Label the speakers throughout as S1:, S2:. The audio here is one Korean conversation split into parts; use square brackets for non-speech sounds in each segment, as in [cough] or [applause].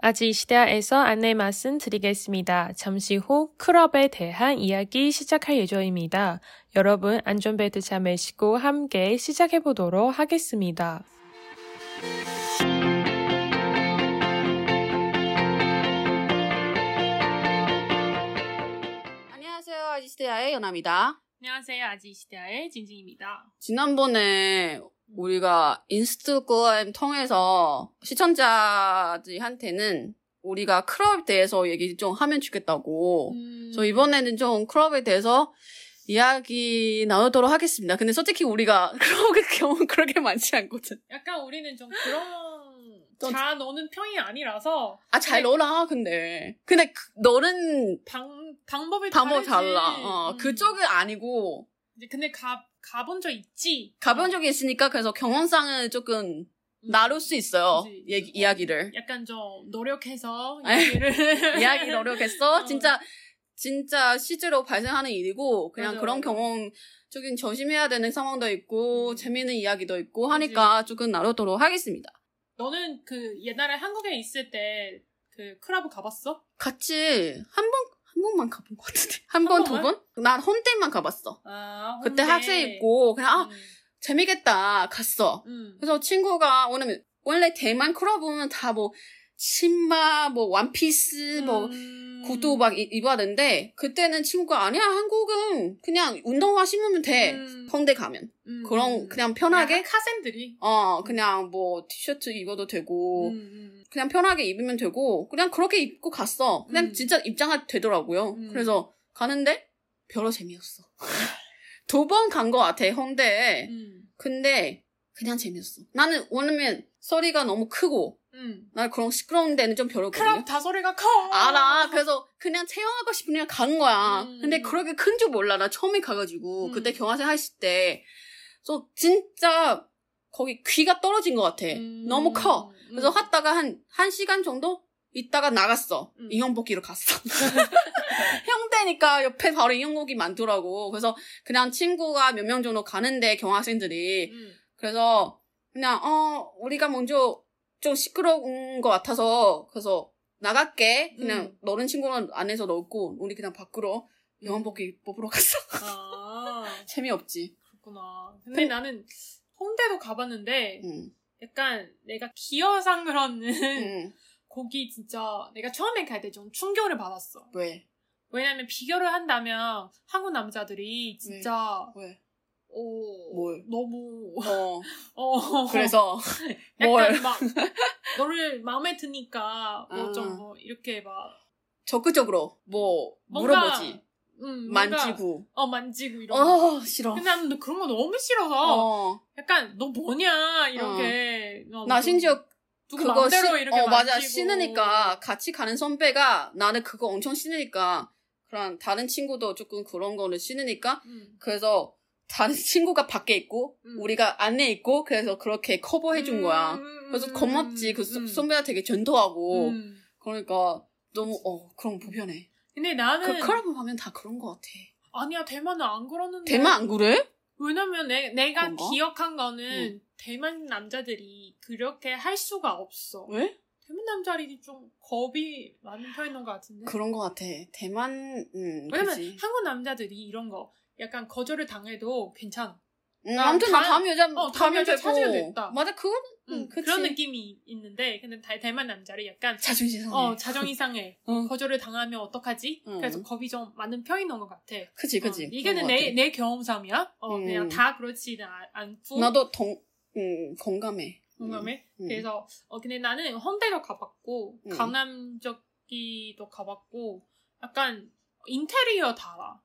S1: 아지시다에서 안내 말씀드리겠습니다. 잠시 후 클럽에 대한 이야기 시작할 예정입니다. 여러분 안전벨트 잘 매시고 함께 시작해 보도록 하겠습니다.
S2: 안녕하세요. 아지스테아의 연아입니다.
S1: 안녕하세요. 아지시다의 진진입니다.
S2: 지난번에 우리가 인스타그램 통해서 시청자들한테는 우리가 클럽에 대해서 얘기 좀 하면 좋겠다고.
S1: 음.
S2: 그래서 어, 이번에는 좀 클럽에 대해서 이야기 나누도록 하겠습니다. 근데 솔직히 우리가 [laughs] 클럽의 경우 그렇게 많지 않거든.
S1: 약간 우리는 좀
S2: [laughs]
S1: 그런
S2: 좀-
S1: 자 노는 편이 아니라서
S2: 아, 잘 놀아, 근데. 근데 그- 너는
S1: 방 방법이
S2: 방법
S1: 다르지.
S2: 달라. 어,
S1: 음.
S2: 그쪽은 아니고.
S1: 이제 근데 가 가본 적 있지.
S2: 가본 적이 있으니까 그래서 경험상은 조금
S1: 음.
S2: 나눌 수 있어요.
S1: 그치.
S2: 얘기, 이야기를.
S1: 약간 좀 노력해서
S2: 아니,
S1: 얘기를 [laughs]
S2: 이야기 [laughs] 노력했어.
S1: 어.
S2: 진짜 진짜 실제로 발생하는 일이고 그냥
S1: 맞아,
S2: 그런
S1: 맞아.
S2: 경험적인 조심해야 되는 상황도 있고
S1: 음.
S2: 재미있는 이야기도 있고 하니까 조금 나누도록 하겠습니다.
S1: 너는 그 옛날에 한국에 있을 때 그 클럽 가봤어?
S2: 같이 한 번 한 번만 가본 것 같은데 한 번 두
S1: 번만?
S2: 번? 난 혼때만 가봤어.
S1: 아
S2: 그때
S1: 홍대.
S2: 학생 있고 그냥 아
S1: 음,
S2: 재미겠다 갔어.
S1: 음.
S2: 그래서 친구가 원래 원래 대만 클럽은 다 뭐 치마 뭐 원피스 뭐
S1: 음.
S2: 구두 막 이- 입어야 되는데 그때는 친구가 아니야 한국은 그냥 운동화 신으면 돼
S1: 음.
S2: 홍대 가면
S1: 음,
S2: 그런
S1: 음.
S2: 그냥 편하게
S1: 약간 학생들이
S2: 어 그냥 뭐 티셔츠 입어도 되고
S1: 음, 음.
S2: 그냥 편하게 입으면 되고 그냥 그렇게 입고 갔어 그냥
S1: 음.
S2: 진짜 입장이 되더라고요
S1: 음.
S2: 그래서 가는데 별로 재미없어 [laughs] 두 번 간 거 같아 홍대에
S1: 음.
S2: 근데 그냥 재미없어 나는 왜냐면 소리가 너무 크고
S1: 음.
S2: 나 그런 시끄러운 데는 좀 별로거든요
S1: 클럽 다 소리가 커
S2: 알아. 그래서 그냥 체험하고 싶으면 간 거야.
S1: 음.
S2: 근데 그렇게 큰 줄 몰라. 나 처음에 가가지고
S1: 음.
S2: 그때 경화생 하실 때, 그래서 진짜 거기 귀가 떨어진 것 같아.
S1: 음.
S2: 네. 너무 커.
S1: 음.
S2: 그래서 갔다가 한, 한 시간 정도 있다가 나갔어.
S1: 음.
S2: 인형복기로
S1: [laughs]
S2: 갔어. 형대니까 옆에 바로 인형복이 많더라고. 그래서 그냥 친구가 몇 명 정도 가는데 경화생들이
S1: 음.
S2: 그래서 그냥 어 우리가 먼저 좀 시끄러운 것 같아서 그래서 나갈게 그냥
S1: 음.
S2: 너는 친구는 안에서 놀고 우리 그냥 밖으로 영원복귀
S1: [laughs]
S2: 뽑으러 갔어
S1: 아
S2: 재미없지
S1: 그렇구나 근데
S2: 네.
S1: 나는 홍대도 가봤는데
S2: 응.
S1: 약간 내가 기어상 그러는 음.
S2: 응.
S1: [laughs] 곡이 진짜 내가 처음에 갈 때 좀 충격을 받았어.
S2: 왜?
S1: 왜냐면 비교를 한다면 한국 남자들이 진짜
S2: 왜?
S1: 어,
S2: 뭘?
S1: 너무
S2: 어
S1: 어
S2: 그래서
S1: [laughs] 약간
S2: 뭘.
S1: 막 너를 마음에 드니까 뭐 좀
S2: 아.
S1: 뭐 이렇게 막
S2: 적극적으로 뭐
S1: 뭔가
S2: 물어보지
S1: 음, 뭔가-
S2: 만지고
S1: 어 만지고 이런 거.
S2: 어 싫어
S1: 근데 난 그런 거 너무 싫어서
S2: 어나
S1: 약간 너 뭐냐 이렇게 어, 누구-
S2: 심지어
S1: 누구
S2: 그거
S1: 맘대로
S2: 신-
S1: 이렇게
S2: 어, 맞아
S1: 만지고.
S2: 신으니까 같이 가는 선배가 나는 그거 엄청 신으니까 그런 다른 친구도 조금 그런 거를 신으니까
S1: 음.
S2: 그래서 다른 [laughs] 친구가 밖에 있고
S1: 음.
S2: 우리가 안에 있고 그래서 그렇게 커버해 준 거야.
S1: 음,
S2: 그래서
S1: 음,
S2: 겁먹지 그 선-
S1: 음.
S2: 선배가 되게 전도하고
S1: 음.
S2: 그러니까 너무 어 그런 거 불편해.
S1: 근데 나는
S2: 그 클럽 가면 다 그런 거 같아.
S1: 아니야 대만은 안 그러는데
S2: 대만 안 그래?
S1: 왜냐면 내, 내가
S2: 그런가?
S1: 기억한 거는 대만 남자들이 그렇게 할 수가 없어
S2: 왜?
S1: 대만 남자들이 좀 겁이 많은 편인 것 같은데
S2: 그런 거 같아. 대만 음
S1: 왜냐면
S2: 그지.
S1: 한국 남자들이 이런 거 약간 거절을 당해도 괜찮아
S2: 음,
S1: 아,
S2: 아무튼 나
S1: 다-
S2: 다음 여자
S1: 어, 다음
S2: 다음
S1: 여자
S2: 여자
S1: 찾으면
S2: 되고.
S1: 됐다.
S2: 맞아 그거
S1: 음,
S2: 음, 그치.
S1: 그런 느낌이 있는데 근데 다- 대만 남자를 약간
S2: 자존심 상해.
S1: 어 자정 이상해
S2: [laughs] 어.
S1: 거절을 당하면 어떡하지
S2: 음.
S1: 그래서 겁이 좀 많은 편인 것 같아
S2: 그치, 그치.
S1: 어, 이게는
S2: 그런 것
S1: 내, 내 경험상이야. 어,
S2: 음.
S1: 그냥 다 그렇지는 아- 않고.
S2: 같아. 나도 동, 음, 공감해.
S1: 공감해.
S2: 음, 음.
S1: 그래서, 어, 근데 나는 홍대도 가봤고,
S2: 음.
S1: 강남역기도 가봤고, 약간 인테리어 달아.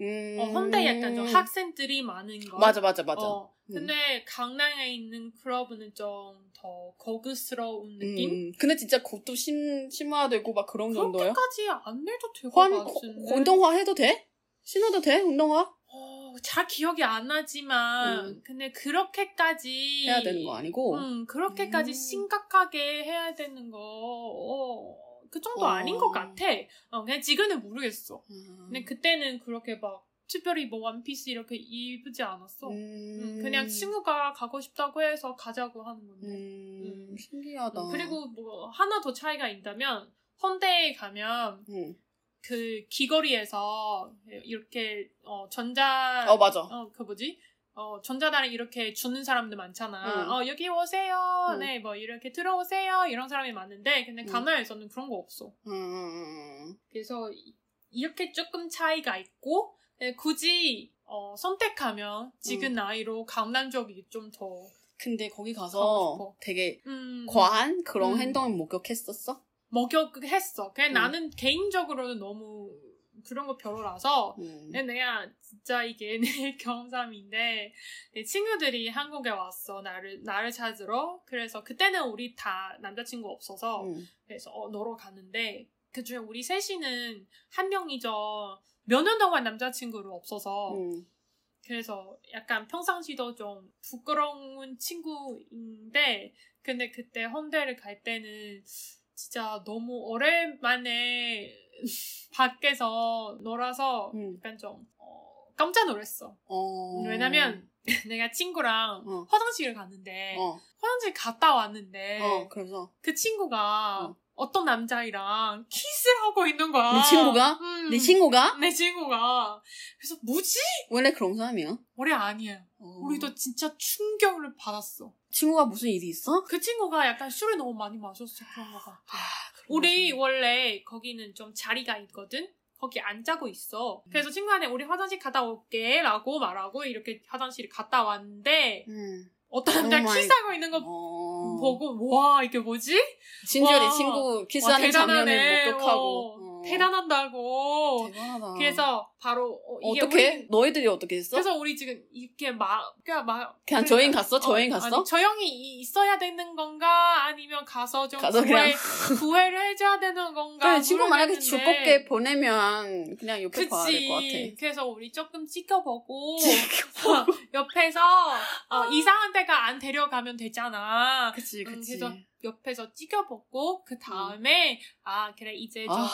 S2: 음.
S1: 어, 홍대 약간 좀 학생들이 많은 거.
S2: 맞아, 맞아, 맞아.
S1: 어,
S2: 음.
S1: 근데 강남에 있는 클럽은 좀 더 거그스러운 느낌?
S2: 음, 근데 진짜 그것도 심, 심화되고 막 그런 어, 정도야?
S1: 그렇게까지 안 내도 될 것
S2: 환,
S1: 같은데.
S2: 운동화 해도 돼? 신어도 돼? 운동화?
S1: 어, 잘 기억이 안 나지만,
S2: 음.
S1: 근데 그렇게까지.
S2: 해야 되는 거 아니고.
S1: 음, 그렇게까지
S2: 음.
S1: 심각하게 해야 되는 거, 어, 그 정도
S2: 어.
S1: 아닌 것 같아. 어, 그냥 지금은 모르겠어.
S2: 음.
S1: 근데 그때는 그렇게 막, 특별히 뭐 원피스 이렇게 입지 않았어.
S2: 음.
S1: 음, 그냥 친구가 가고 싶다고 해서 가자고 하는 건데.
S2: 음. 신기하다.
S1: 그리고 뭐 하나 더 차이가 있다면 헌데에 가면
S2: 응.
S1: 그 길거리에서 이렇게 어, 전자
S2: 어 맞아.
S1: 어, 그 뭐지? 어, 전자단을 이렇게 주는 사람들 많잖아.
S2: 응.
S1: 어, 여기 오세요.
S2: 응.
S1: 네, 뭐, 이렇게 들어오세요. 이런 사람이 많은데, 근데
S2: 응.
S1: 가나에서는 그런 거 없어.
S2: 음, 음,
S1: 그래서, 이- 이렇게 조금 차이가 있고, 네, 굳이, 어, 선택하면, 지금
S2: 응.
S1: 나이로 강남 쪽이 좀 더,
S2: 근데 거기
S1: 가고 싶어.
S2: 가서 되게
S1: 음,
S2: 과한 그런
S1: 음.
S2: 행동을 목격했었어?
S1: 목욕했어. 그냥
S2: 응.
S1: 나는 개인적으로는 너무, 그런 거 별로라서,
S2: 음.
S1: 근데 네, 내가 진짜 이게 [laughs] 내 경험담인데 내 친구들이 한국에 왔어 나를 나를 찾으러 그래서 그때는 우리 다 남자친구 없어서
S2: 음.
S1: 그래서 어, 놀러 갔는데 그중에 우리 셋이는 한 명이죠 몇 년 동안 남자친구를 없어서
S2: 음.
S1: 그래서 약간 평상시도 좀 부끄러운 친구인데 근데 그때 헌데를 갈 때는 진짜 너무 오랜만에 [laughs] 밖에서 놀아서
S2: 음.
S1: 약간 좀 어, 깜짝 놀랐어.
S2: 어.
S1: 왜냐면 [laughs] 네. 내가 친구랑
S2: 어.
S1: 화장실을 갔는데
S2: 어.
S1: 화장실 갔다 왔는데
S2: 어. 그래서
S1: 그 친구가
S2: 어.
S1: 어. 떤 남자애랑 키스를 하고 있는 거야.
S2: 내 친구가?
S1: 음,
S2: 네 친구가
S1: 내 친구가. 그래서 뭐지?
S2: 원래 그런 사람이야.
S1: 우리 아니에요.
S2: 어.
S1: 우리도 진짜 충격을 받았어.
S2: 친구가 무슨 일이 있어?
S1: 그 친구가 약간 술을 너무 많이 마셨어 그런 거 같아.
S2: 그런
S1: 우리
S2: 거지.
S1: 원래 거기는 좀 자리가 있거든. 거기 안 자고 있어.
S2: 음.
S1: 그래서 친구한테 우리 화장실 갔다 올게라고 말하고 이렇게 화장실 갔다 왔는데
S2: 음.
S1: 어떤 남자
S2: Oh my-
S1: 키스하고 있는 거뭐
S2: 어.
S1: 보고 와 이게 뭐지?
S2: 진지하게
S1: 와.
S2: 친구
S1: 와,
S2: 키스하는
S1: 대단하네.
S2: 장면을 목격하고
S1: 어,
S2: 어.
S1: 대단한다고.
S2: 대단하다.
S1: 그래서 바로 어, 이게
S2: 어떻게?
S1: 우리-
S2: 너희들이 어떻게 했어?
S1: 그래서 우리 지금 이렇게 막 그냥 막
S2: 그냥
S1: 그러니까-
S2: 저행 갔어? 저행
S1: 어,
S2: 갔어?
S1: 아니, 저 형이 이- 있어야 되는 건가? 아니면 가서 좀
S2: 가서
S1: 구해,
S2: 그냥-
S1: 구해를 해줘야 되는 건가?
S2: 그래, 친구 만약에
S1: 모르겠는데.
S2: 즐겁게 보내면 그냥 옆에 봐야 될 것
S1: 그치. 어.
S2: 같아.
S1: 그래서 우리 조금
S2: [laughs]
S1: 지켜보고 옆에서 어,
S2: 아.
S1: 이상한 데가 안 데려가면 되잖아.
S2: 그치,
S1: 음,
S2: 그치.
S1: 그래서 옆에서 찍어보고 그 다음에 아 그래 이제 좀
S2: 아,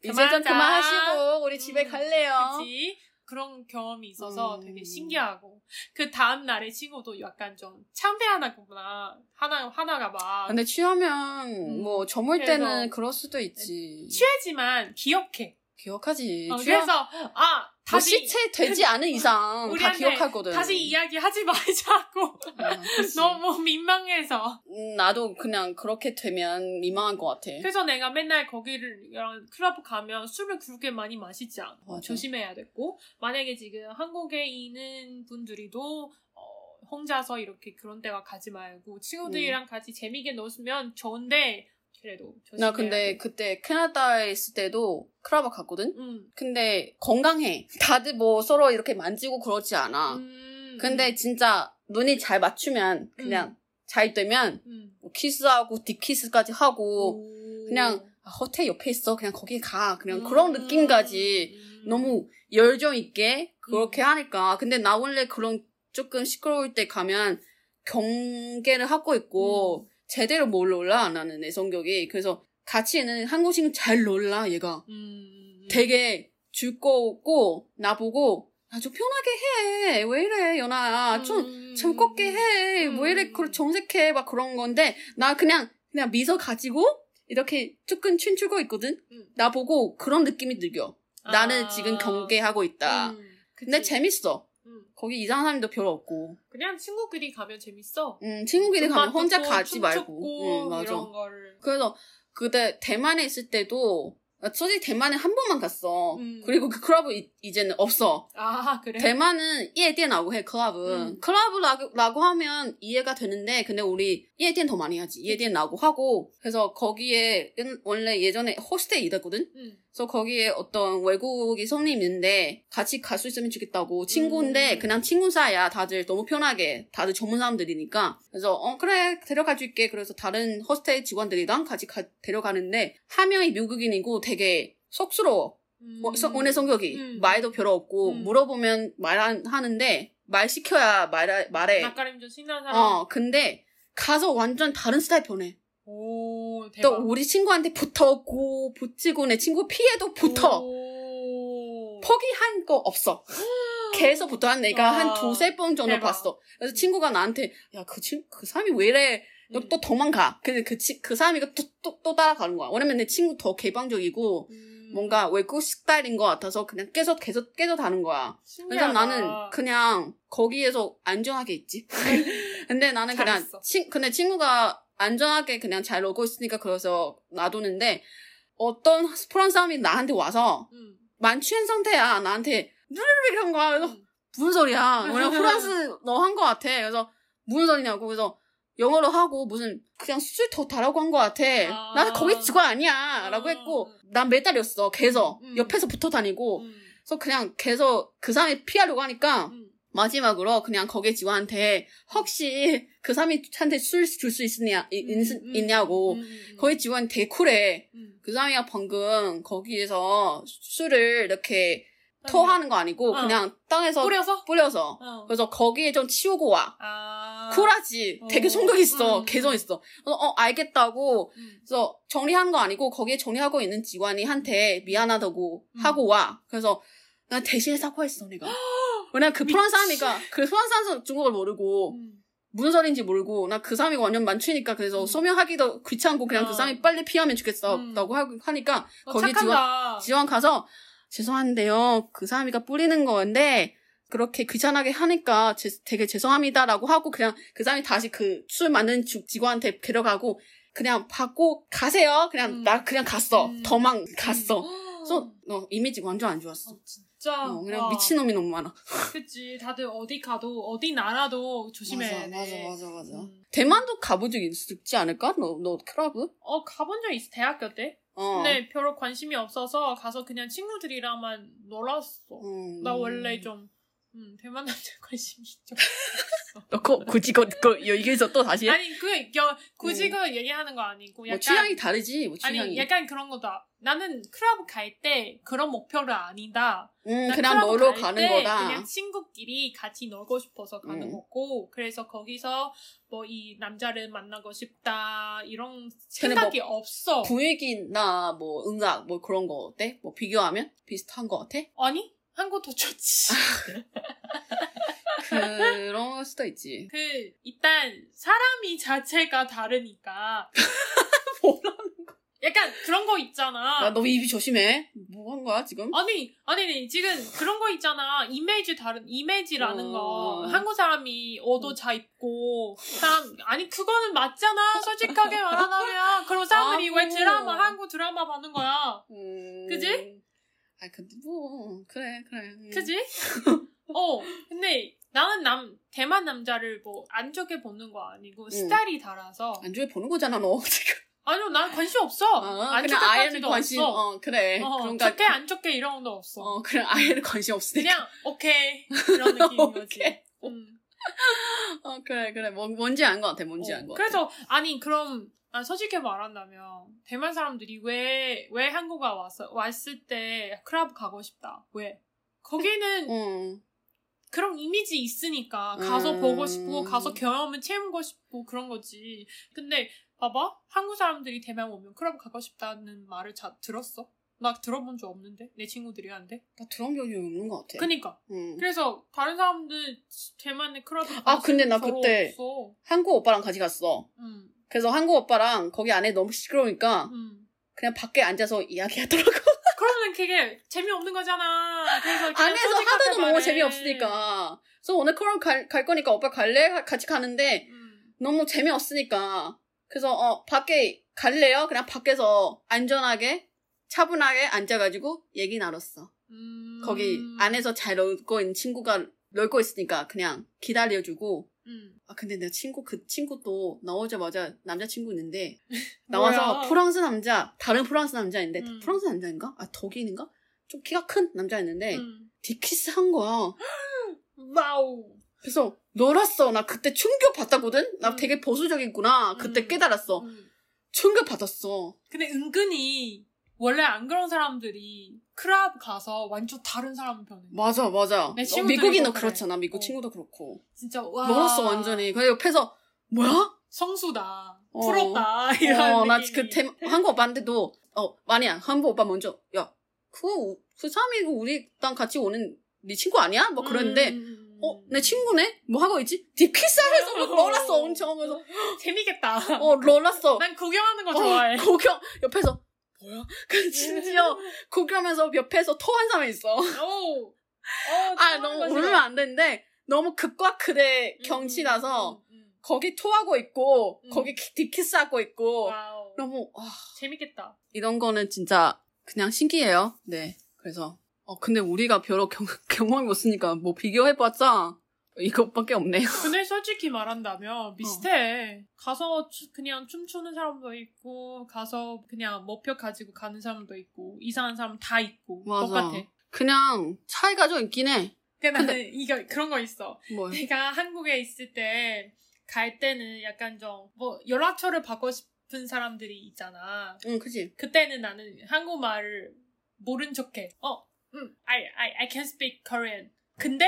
S2: 이제
S1: 그만하자.
S2: 좀 그만하시고 우리 집에
S1: 음,
S2: 갈래요.
S1: 그치? 그런 경험이 있어서
S2: 음.
S1: 되게 신기하고 그 다음 날에 친구도 약간 좀 창피하다구나 하나 하나가 막
S2: 근데 취하면
S1: 음,
S2: 뭐 저물
S1: 그래서-
S2: 때는 그럴 수도 있지.
S1: 취하지만 기억해.
S2: 기억하지.
S1: 어,
S2: 취하...
S1: 그래서 아
S2: 뭐
S1: 다시
S2: 시체 되지 않은 이상 다
S1: 우리한테
S2: 기억하거든.
S1: 다시 이야기하지 [laughs] 말자고
S2: 아,
S1: [laughs]
S2: 그치.
S1: 너무 민망해서
S2: 음, 나도 그냥 그렇게 되면 미망한 것 같아.
S1: 그래서 내가 맨날 거기를 이런 클럽 가면 술을 그렇게 많이 마시지 않아
S2: 맞아.
S1: 조심해야 됐고 만약에 지금 한국에 있는 분들이도 어, 혼자서 이렇게 그런 데가 가지 말고 친구들이랑
S2: 음.
S1: 같이 재미있게 놀면 좋은데 그래도 조심해야
S2: 나 근데
S1: 돼.
S2: 그때 캐나다에 있을 때도 크라바 갔거든?
S1: 음.
S2: 근데 건강해. [laughs] 다들 뭐 서로 이렇게 만지고 그러지 않아.
S1: 음.
S2: 근데 진짜 눈이 잘 맞추면 그냥 잘 되면
S1: 음.
S2: 뭐 키스하고 딥키스까지 하고
S1: 오.
S2: 뭐 그냥 아, 호텔 옆에 있어 그냥 거기 가 그냥
S1: 음. 음.
S2: 그런 느낌까지
S1: 음.
S2: 너무 열정 있게 그렇게
S1: 음.
S2: 하니까 근데 나 원래 그런 조금 시끄러울 때 가면 경계를 하고 있고
S1: 음.
S2: 제대로 뭘 놀라 나는 내 성격이 그래서 같이 있는 한국식 잘 놀라 얘가
S1: 음.
S2: 되게 즐거웠고 나보고 아 좀 편하게 해 왜 이래 연아야 좀
S1: 음.
S2: 즐겁게 해.
S1: 음.
S2: 왜 이래 그걸 정색해. 막 그런 건데 나 그냥 그냥 미소 가지고 이렇게 조금 춤추고 있거든.
S1: 음.
S2: 나 보고 그런 느낌이 들겨. 나는
S1: 아.
S2: 지금 경계하고 있다.
S1: 음.
S2: 근데
S1: 그치.
S2: 재밌어.
S1: 음.
S2: 거기 이상한 사람도 별로 없고.
S1: 그냥 친구끼리 가면 재밌어.
S2: 음, 친구끼리 가면
S1: 음악
S2: 혼자
S1: 듣고
S2: 가지
S1: 춤
S2: 말고.
S1: 춥고
S2: 음, 맞아.
S1: 이런 거를.
S2: 그래서 그때 대만에 있을 때도 나 솔직히 대만에 한 번만 갔어.
S1: 음.
S2: 그리고 그 클럽 이- 이제는 없어.
S1: 아 그래.
S2: 대만은 夜店라고 해 클럽은
S1: 음.
S2: 클럽라고 라고 하면 이해가 되는데 근데 우리 夜店 더 많이 하지 夜店라고 하고 그래서 거기에 옛- 원래 예전에 호스텔 일했거든
S1: 음.
S2: 그래서 거기에 어떤 외국이 손님인데 같이 갈 수 있으면 좋겠다고 친구인데
S1: 음.
S2: 그냥 친구 사이야 다들 너무 편하게 다들 전문 사람들이니까 그래서 어 그래 데려가 줄게 그래서 다른 호스텔 직원들이랑 같이 가- 데려가는데 한 명이 미국인이고 되게 쑥스러워
S1: 음.
S2: 뭐, 성- 원래 성격이
S1: 음.
S2: 말도 별로 없고
S1: 음.
S2: 물어보면 말하는데 말 시켜야 말 말해.
S1: 낯가림 좀 신난 사람.
S2: 어 근데 가서 완전 다른 스타일 변해.
S1: 오 대박.
S2: 또 우리 친구한테 붙었고 붙이고 내 친구 피해도 붙어.
S1: 오.
S2: 포기한 거
S1: [gasps]
S2: 없어. 계속 붙어 한 내가
S1: 와,
S2: 한 두세 번 정도
S1: 대박.
S2: 봤어. 그래서 친구가 나한테 야 그 친 그 사람이 왜 이래
S1: 음.
S2: 그럼 또 도망가. 근데 그, 치- 그 사람이 또, 또, 또 따라가는 거야. 왜냐면 내 친구 더 개방적이고,
S1: 음.
S2: 뭔가 외국 식달인 것 같아서 그냥 계속, 계속, 계속 다는 거야. 그래서 나는 그냥 거기에서
S1: [laughs]
S2: 안전하게 있지. 근데 나는 그냥,
S1: 잘했어.
S2: 친, 근데 친구가 안전하게 그냥 잘 놀고 있으니까 그래서 놔두는데, 어떤 프랑스 사람이 나한테 와서,
S1: 음.
S2: 만취한 상태야. 나한테, 누르르 이런 거야. 그래서, 무슨 소리야.
S1: [laughs]
S2: 그냥 프랑스 너 한 거 같아. 그래서 무슨 소리냐고. 그래서 영어로 하고 무슨 그냥 술 더 달라고 한 거 같아.
S1: 아.
S2: 나는 거기 직원 아니야. 라고
S1: 아.
S2: 했고 난 매달렸어. 계속
S1: 음.
S2: 옆에서 붙어 다니고. 그래서 그냥 계속 그 사람이 피하려고 하니까
S1: 음.
S2: 마지막으로 그냥 거기 직원한테 혹시 그 사람한테 술 줄 수 있느냐, 이- 있,
S1: 음, 음.
S2: 냐고 거기 직원이 되게 쿨해.
S1: 음.
S2: 그 사람이 방금 거기에서 술을 이렇게
S1: 아니요.
S2: 토하는 어. 거 아니고
S1: 어.
S2: 그냥 땅에서
S1: 뿌려서 어.
S2: 뿌려서 그래서 거기에 좀 치우고 와.
S1: 아.
S2: 쿨하지. 되게
S1: 어.
S2: 성격 있어.
S1: 음.
S2: 개성 있어. 그래서 어 알겠다고.
S1: 음.
S2: 그래서 정리하는 거 아니고 거기에 정리하고 있는 직원이한테 미안하다고
S1: 음.
S2: 하고 와. 그래서 난 대신
S1: [gasps]
S2: 사과했어 내가. 왜냐 그 프랑스 사람이가 그 프랑스 사람 중국을 모르고
S1: 음.
S2: 무슨 소리인지 모르고 나 그 사람이 완전 만취니까 그래서
S1: 음.
S2: 소명하기도 귀찮고 그냥
S1: 어.
S2: 그 사람이 빨리 피하면
S1: 음.
S2: 좋겠다고 하고 하니까
S1: 너
S2: 거기 직원
S1: 어, 착한다.
S2: 지원 가서 죄송한데요. 그 사람이가 뿌리는 건데 그렇게 귀찮게 하니까 제- 되게 죄송합니다라고 하고 그냥 그 사람이 다시 그 술 만든 주- 직원한테 데려가고 그냥 받고 가세요. 그냥
S1: 음.
S2: 나 그냥 갔어.
S1: 음.
S2: 도망 갔어.
S1: 음.
S2: 그래서 너 이미지 완전 안 좋았어.
S1: 어, 진짜.
S2: 어, 그냥
S1: 와.
S2: 미친놈이 너무 많아.
S1: [laughs] 그치. 다들 어디 가도, 어디 나라도 조심해. 네.
S2: 맞아 맞아.
S1: 음.
S2: 대만도 가본 적 있지 않을까? 너 너 크라브?
S1: 어, 가본 적 있어, 대학교 때?
S2: 어.
S1: 근데 별로 관심이 없어서 가서 그냥 친구들이랑만 놀았어.
S2: 음.
S1: 나 원래 좀, 음, 대만 남자 [laughs] 관심이 좀.
S2: 그 너 거, 굳이 그, 그 여기서 또 다시 해?
S1: 아니, 그, 여, 굳이
S2: 음.
S1: 그 얘기하는 거 아니고,
S2: 뭐
S1: 약간.
S2: 취향이 다르지. 뭐 취향이.
S1: 아니, 약간 그런 거다. 나는 클럽 갈 때 그런 목표를 아니다.
S2: 음,
S1: 난
S2: 그냥
S1: 클럽
S2: 너로
S1: 그러니까 갈
S2: 가는
S1: 때
S2: 거다.
S1: 그냥 친구끼리 같이 놀고 싶어서 가는
S2: 음.
S1: 거고, 그래서 거기서 뭐 이 남자를 만나고 싶다, 이런
S2: 근데 뭐
S1: 생각이 없어.
S2: 분위기나 뭐 음악 뭐 그런 거 어때? 뭐 비교하면 비슷한 거 같아?
S1: 아니? 한국 더
S2: [laughs]
S1: 좋지.
S2: 그런 [laughs] 걸 수도 있지.
S1: 그, 일단, 사람이 자체가 다르니까.
S2: [laughs] 뭐라?
S1: 약간 그런 거 있잖아.
S2: 나 너무 입이 조심해. 뭐 한 거야 지금?
S1: 아니, 아니, 아니, 지금 그런 거 있잖아. 이미지 다른, 이미지라는 거.
S2: 어.
S1: 한국 사람이 옷도 잘 입고, 사람, 아니, 그거는 맞잖아. 솔직하게 말하면. 그럼 사람들이
S2: 아이고.
S1: 왜 드라마, 한국 드라마 보는 거야.
S2: 음...
S1: 그지?
S2: 아 근데 뭐 그래 그래. 음.
S1: 그지? 어, 근데 나는 남, 대만 남자를 뭐, 안 좋게 보는 거
S2: 음.
S1: 아니고, 스타일이 달아서.
S2: 안 좋게 보는 거잖아 너 [laughs] 지금.
S1: 아니요, 난 관심 없어. 안
S2: 그냥 아예
S1: 좋게까지도
S2: 관심.
S1: 없어.
S2: 어 그래.
S1: 어,
S2: 그런가.
S1: 좋게 안 좋게 이런 건 없어.
S2: 어 그래 [laughs] 아예 관심 없으니까.
S1: 그냥 오케이 이런 느낌인 거지.
S2: [laughs] 오케이.
S1: 음.
S2: 어 그래 그래. 뭐, 뭔지 안 거 같아. 뭔지
S1: 어,
S2: 안 거. 같아.
S1: 그래서 아니 그럼 아, 솔직히 말한다면 대만 사람들이 왜 왜 한국에 왔어 왔을 때 클럽 가고 싶다 왜
S2: 음.
S1: 거기는
S2: 응.
S1: 그런 이미지 있으니까 가서
S2: 음.
S1: 보고 싶고 가서 경험을 채우고 싶고 그런 거지 근데 봐봐 한국 사람들이 대만 오면 클럽 가고 싶다는 말을 자, 들었어 나 들어본 적 없는데 내 친구들이 한데
S2: 나 드럼 변이 없는 거 같아.
S1: 그니까
S2: 음.
S1: 그래서 다른 사람들 대만에 클럽
S2: 아, 근데 나 그때-
S1: 없어.
S2: 한국 오빠랑 같이 갔어.
S1: 음,
S2: 그래서 한국 오빠랑 거기 안에 너무 시끄러우니까
S1: 음.
S2: 그냥 밖에 앉아서 이야기하더라고.
S1: 그러면 그게 재미없는 [laughs] 거잖아. 그래서 그냥
S2: 안에서
S1: 솔직하게
S2: 하다도 너무
S1: 말해.
S2: 재미없으니까. 그래서 오늘 크롬 갈, 갈 거니까 오빠 갈래? 하- 같이 가는데
S1: 음.
S2: 너무 재미없으니까. 그래서 어 밖에 갈래요? 그냥 밖에서 안전하게 차분하게 앉아가지고 얘기 나눴어.
S1: 음.
S2: 거기 안에서 잘 놀고 있는 친구가 놀고 있으니까 그냥 기다려주고.
S1: 음.
S2: 아 근데 내 친구 그 친구도 나오자마자 남자친구 있는데 나와서
S1: 뭐야?
S2: 프랑스 남자 다른 프랑스 남자인데
S1: 음.
S2: 프랑스 남자인가? 아 독일인가? 좀 키가 큰 남자였는데
S1: 음.
S2: 디키스 한 거야. 네.
S1: 와우.
S2: 그래서 놀았어. 나 그때 충격 받았거든. 나
S1: 음.
S2: 되게 보수적이구나. 그때
S1: 음.
S2: 깨달았어.
S1: 음.
S2: 충격 받았어.
S1: 근데 은근히 원래 안 그런 사람들이 클럽 가서 완전 다른 사람 변해.
S2: 맞아 맞아.
S1: 내
S2: 어,
S1: 친구들도
S2: 미국인도
S1: 그래.
S2: 그렇잖아. 미국
S1: 어.
S2: 친구도 그렇고.
S1: 진짜 와.
S2: 놀았어 완전히. 그래 옆에서 뭐야?
S1: 성수다.
S2: 어.
S1: 부럽다. [laughs] 이런
S2: 어, 나
S1: 느낌이.
S2: 그 대- 한국 오빠한테도 어 아니야 한국 오빠 먼저 야 그거 우- 그 사람이 그 우리랑 같이 오는 네 친구 아니야? 뭐 그랬는데
S1: 음.
S2: 어,
S1: [laughs]
S2: 내 친구네? 뭐 하고 있지? 딥키스하면서 막 놀았어, 엄청. 그래서,
S1: 재미겠다.
S2: 어, 놀았어.
S1: 난 구경하는 거
S2: 어,
S1: 네, 좋아해.
S2: 고경, 옆에서, 뭐야? [laughs] 그 [laughs] 심지어, 고경하면서 옆에서 토한 사람이
S1: [laughs]
S2: 있어.
S1: 오. 어,
S2: 아, 너무 울면 안 되는데, 너무 극과 극의 경치라서, 거기 토하고 있고,
S1: 음.
S2: 거기 키- 딥키스하고 있고,
S1: 와우.
S2: 너무, 아,
S1: 재밌겠다.
S2: 이런 거는 진짜 그냥 신기해요. 네. 그래서, 어, 근데 우리가 별로 경, [laughs] 경험이 없으니까 뭐 비교해봤자, 이것밖에 없네요.
S1: 근데 솔직히
S2: 어.
S1: 말한다면 비슷해. 가서 추- 그냥 춤추는 사람도 있고, 가서 그냥 목표 가지고 가는 사람도 있고, 이상한 사람 다 있고
S2: 맞아.
S1: 똑같아.
S2: 그냥 차이가 좀 있긴 해.
S1: 근데 나는 이거 그런 거 있어.
S2: 뭐
S1: 내가 한국에 있을 때 갈 때는 약간 좀 뭐 연락처를 받고 싶은 사람들이 있잖아.
S2: [laughs] 응, 그지.
S1: 그때는 나는 한국말을 모른 척해. 어, 음, I, I, I can speak Korean. 근데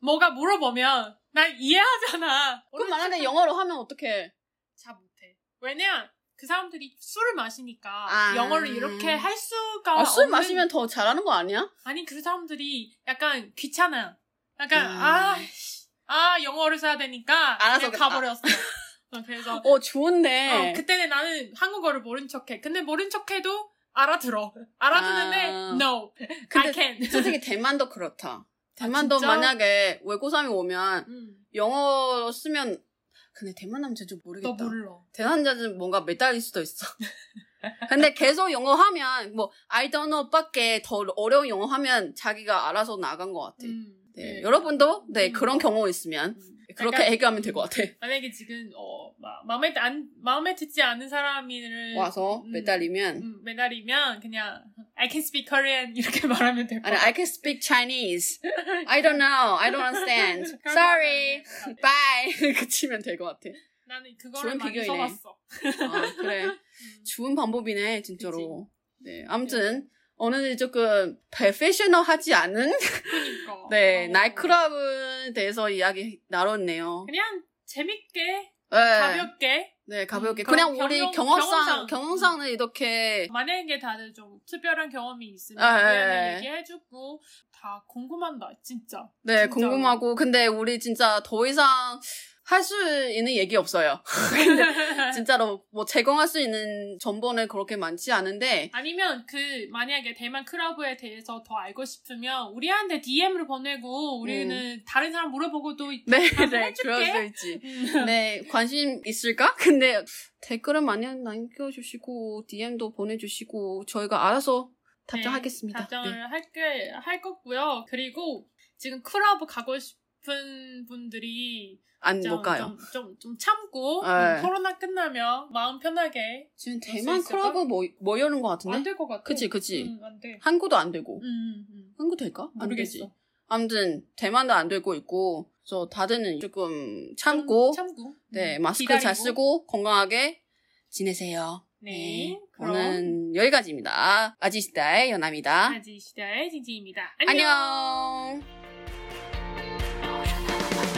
S1: 뭐가 물어보면 난 이해하잖아.
S2: 그럼 만약에 영어로 하면 어떡해?
S1: 잘 못해. 왜냐 그 사람들이 술을 마시니까
S2: 아.
S1: 영어를 이렇게 할 수가
S2: 아, 술
S1: 없는-
S2: 마시면 더 잘하는 거 아니야?
S1: 아니 그 사람들이 약간 귀찮아. 약간
S2: 음.
S1: 아, 씨, 아 영어를 써야 되니까
S2: 알아서
S1: 그냥 가버렸어. 어,
S2: [laughs]
S1: 그래서
S2: 어, 좋은데.
S1: 어, 그때는 나는 한국어를 모른 척해. 근데 모른 척해도 알아들어. 알아듣는데
S2: 아.
S1: no, I
S2: [laughs]
S1: can.
S2: 솔직히 대만도 그렇다. 대만도
S1: 진짜?
S2: 만약에 외고 사람이 오면
S1: 음,
S2: 영어로 쓰면 근데 대만 남자인 줄 모르겠다.
S1: 너 몰라.
S2: 대만 남자는 뭔가 매달릴 수도 있어. [laughs] 근데 계속 영어 하면 뭐 I don't know밖에 더 어려운 영어 하면 자기가 알아서 나간 것 같아.
S1: 음,
S2: 네,
S1: 네.
S2: 여러분도 네
S1: 음.
S2: 그런 경험 있으면
S1: 음.
S2: 그렇게
S1: 약간-
S2: 애교하면 될 것 같아.
S1: 만약에 지금 어 마- 마음에 안 마음에 듣지 않은 사람을
S2: 와서
S1: 음,
S2: 매달리면
S1: 음, 매달이면 그냥 I can speak Korean [laughs] 이렇게 말하면 될
S2: 아니,
S1: 거야.
S2: I can speak Chinese. I don't know. I
S1: [laughs]
S2: don't understand. Sorry. Bye. [laughs] 그치면 될 것 같아.
S1: 네. 나는 그거를
S2: 좋은
S1: 많이
S2: 비교이네.
S1: 써봤어.
S2: 아, 그래.
S1: 음.
S2: 좋은 방법이네, 진짜로. 네. 아무튼, 오늘 조금 프로페셔널하지 않은?
S1: 그러니까.
S2: 네.
S1: 어.
S2: 나이클럽에 대해서 이야기 나눴네요.
S1: 그냥 재밌게
S2: 네.
S1: 가볍게
S2: 네, 가볍게.
S1: 음,
S2: 그냥
S1: 경-
S2: 우리
S1: 경험-
S2: 경험상,
S1: 경험상.
S2: 경험상은 이렇게.
S1: 만약에 다들 좀 특별한 경험이 있으면
S2: 아, 예,
S1: 우리한테
S2: 예.
S1: 얘기해주고 다 궁금한다 진짜.
S2: 네,
S1: 진짜로.
S2: 궁금하고. 근데 우리 진짜 더 이상 할 수 있는 얘기 없어요. [laughs] 진짜로 뭐 제공할 수 있는 정보는 그렇게 많지 않은데
S1: 아니면 그 만약에 대만 클럽에 대해서 더 알고 싶으면 우리한테 DM을 보내고
S2: 음.
S1: 우리는 다른 사람 물어보고 또
S2: 네,
S1: 답을
S2: 네,
S1: 해줄게.
S2: 그럴 수 있지.
S1: 음.
S2: 네, 관심 있을까? [laughs] 근데 댓글은 많이 남겨주시고 DM도 보내주시고 저희가 알아서 답장하겠습니다.
S1: 답장을
S2: 네.
S1: 할게 할 거고요. 그리고 지금 클럽 가고 싶은 분들이
S2: 안
S1: 좀-
S2: 못 가요.
S1: 좀, 좀, 좀 참고
S2: 네.
S1: 음, 코로나 끝나면 마음 편하게
S2: 지금
S1: 수
S2: 대만
S1: 있을까?
S2: 클럽은 뭐, 뭐 여는 것
S1: 안
S2: 같은데?
S1: 될 것 같아.
S2: 그치, 그치.
S1: 음, 안 돼.
S2: 한국도 안 되고.
S1: 음, 음, 음.
S2: 한국 될까? 안 되지.
S1: 모르겠어.
S2: 아무튼 대만도 안 되고 있고 그래서 다들은 조금 참고
S1: 좀 참고.
S2: 네
S1: 음,
S2: 마스크 잘
S1: 기다리고.
S2: 쓰고 건강하게 지내세요.
S1: 네. 그럼
S2: 오늘 여기까지입니다. 아지시다의 연아입니다.
S1: 아지 시대의 진지입니다. 안녕.
S2: 안녕.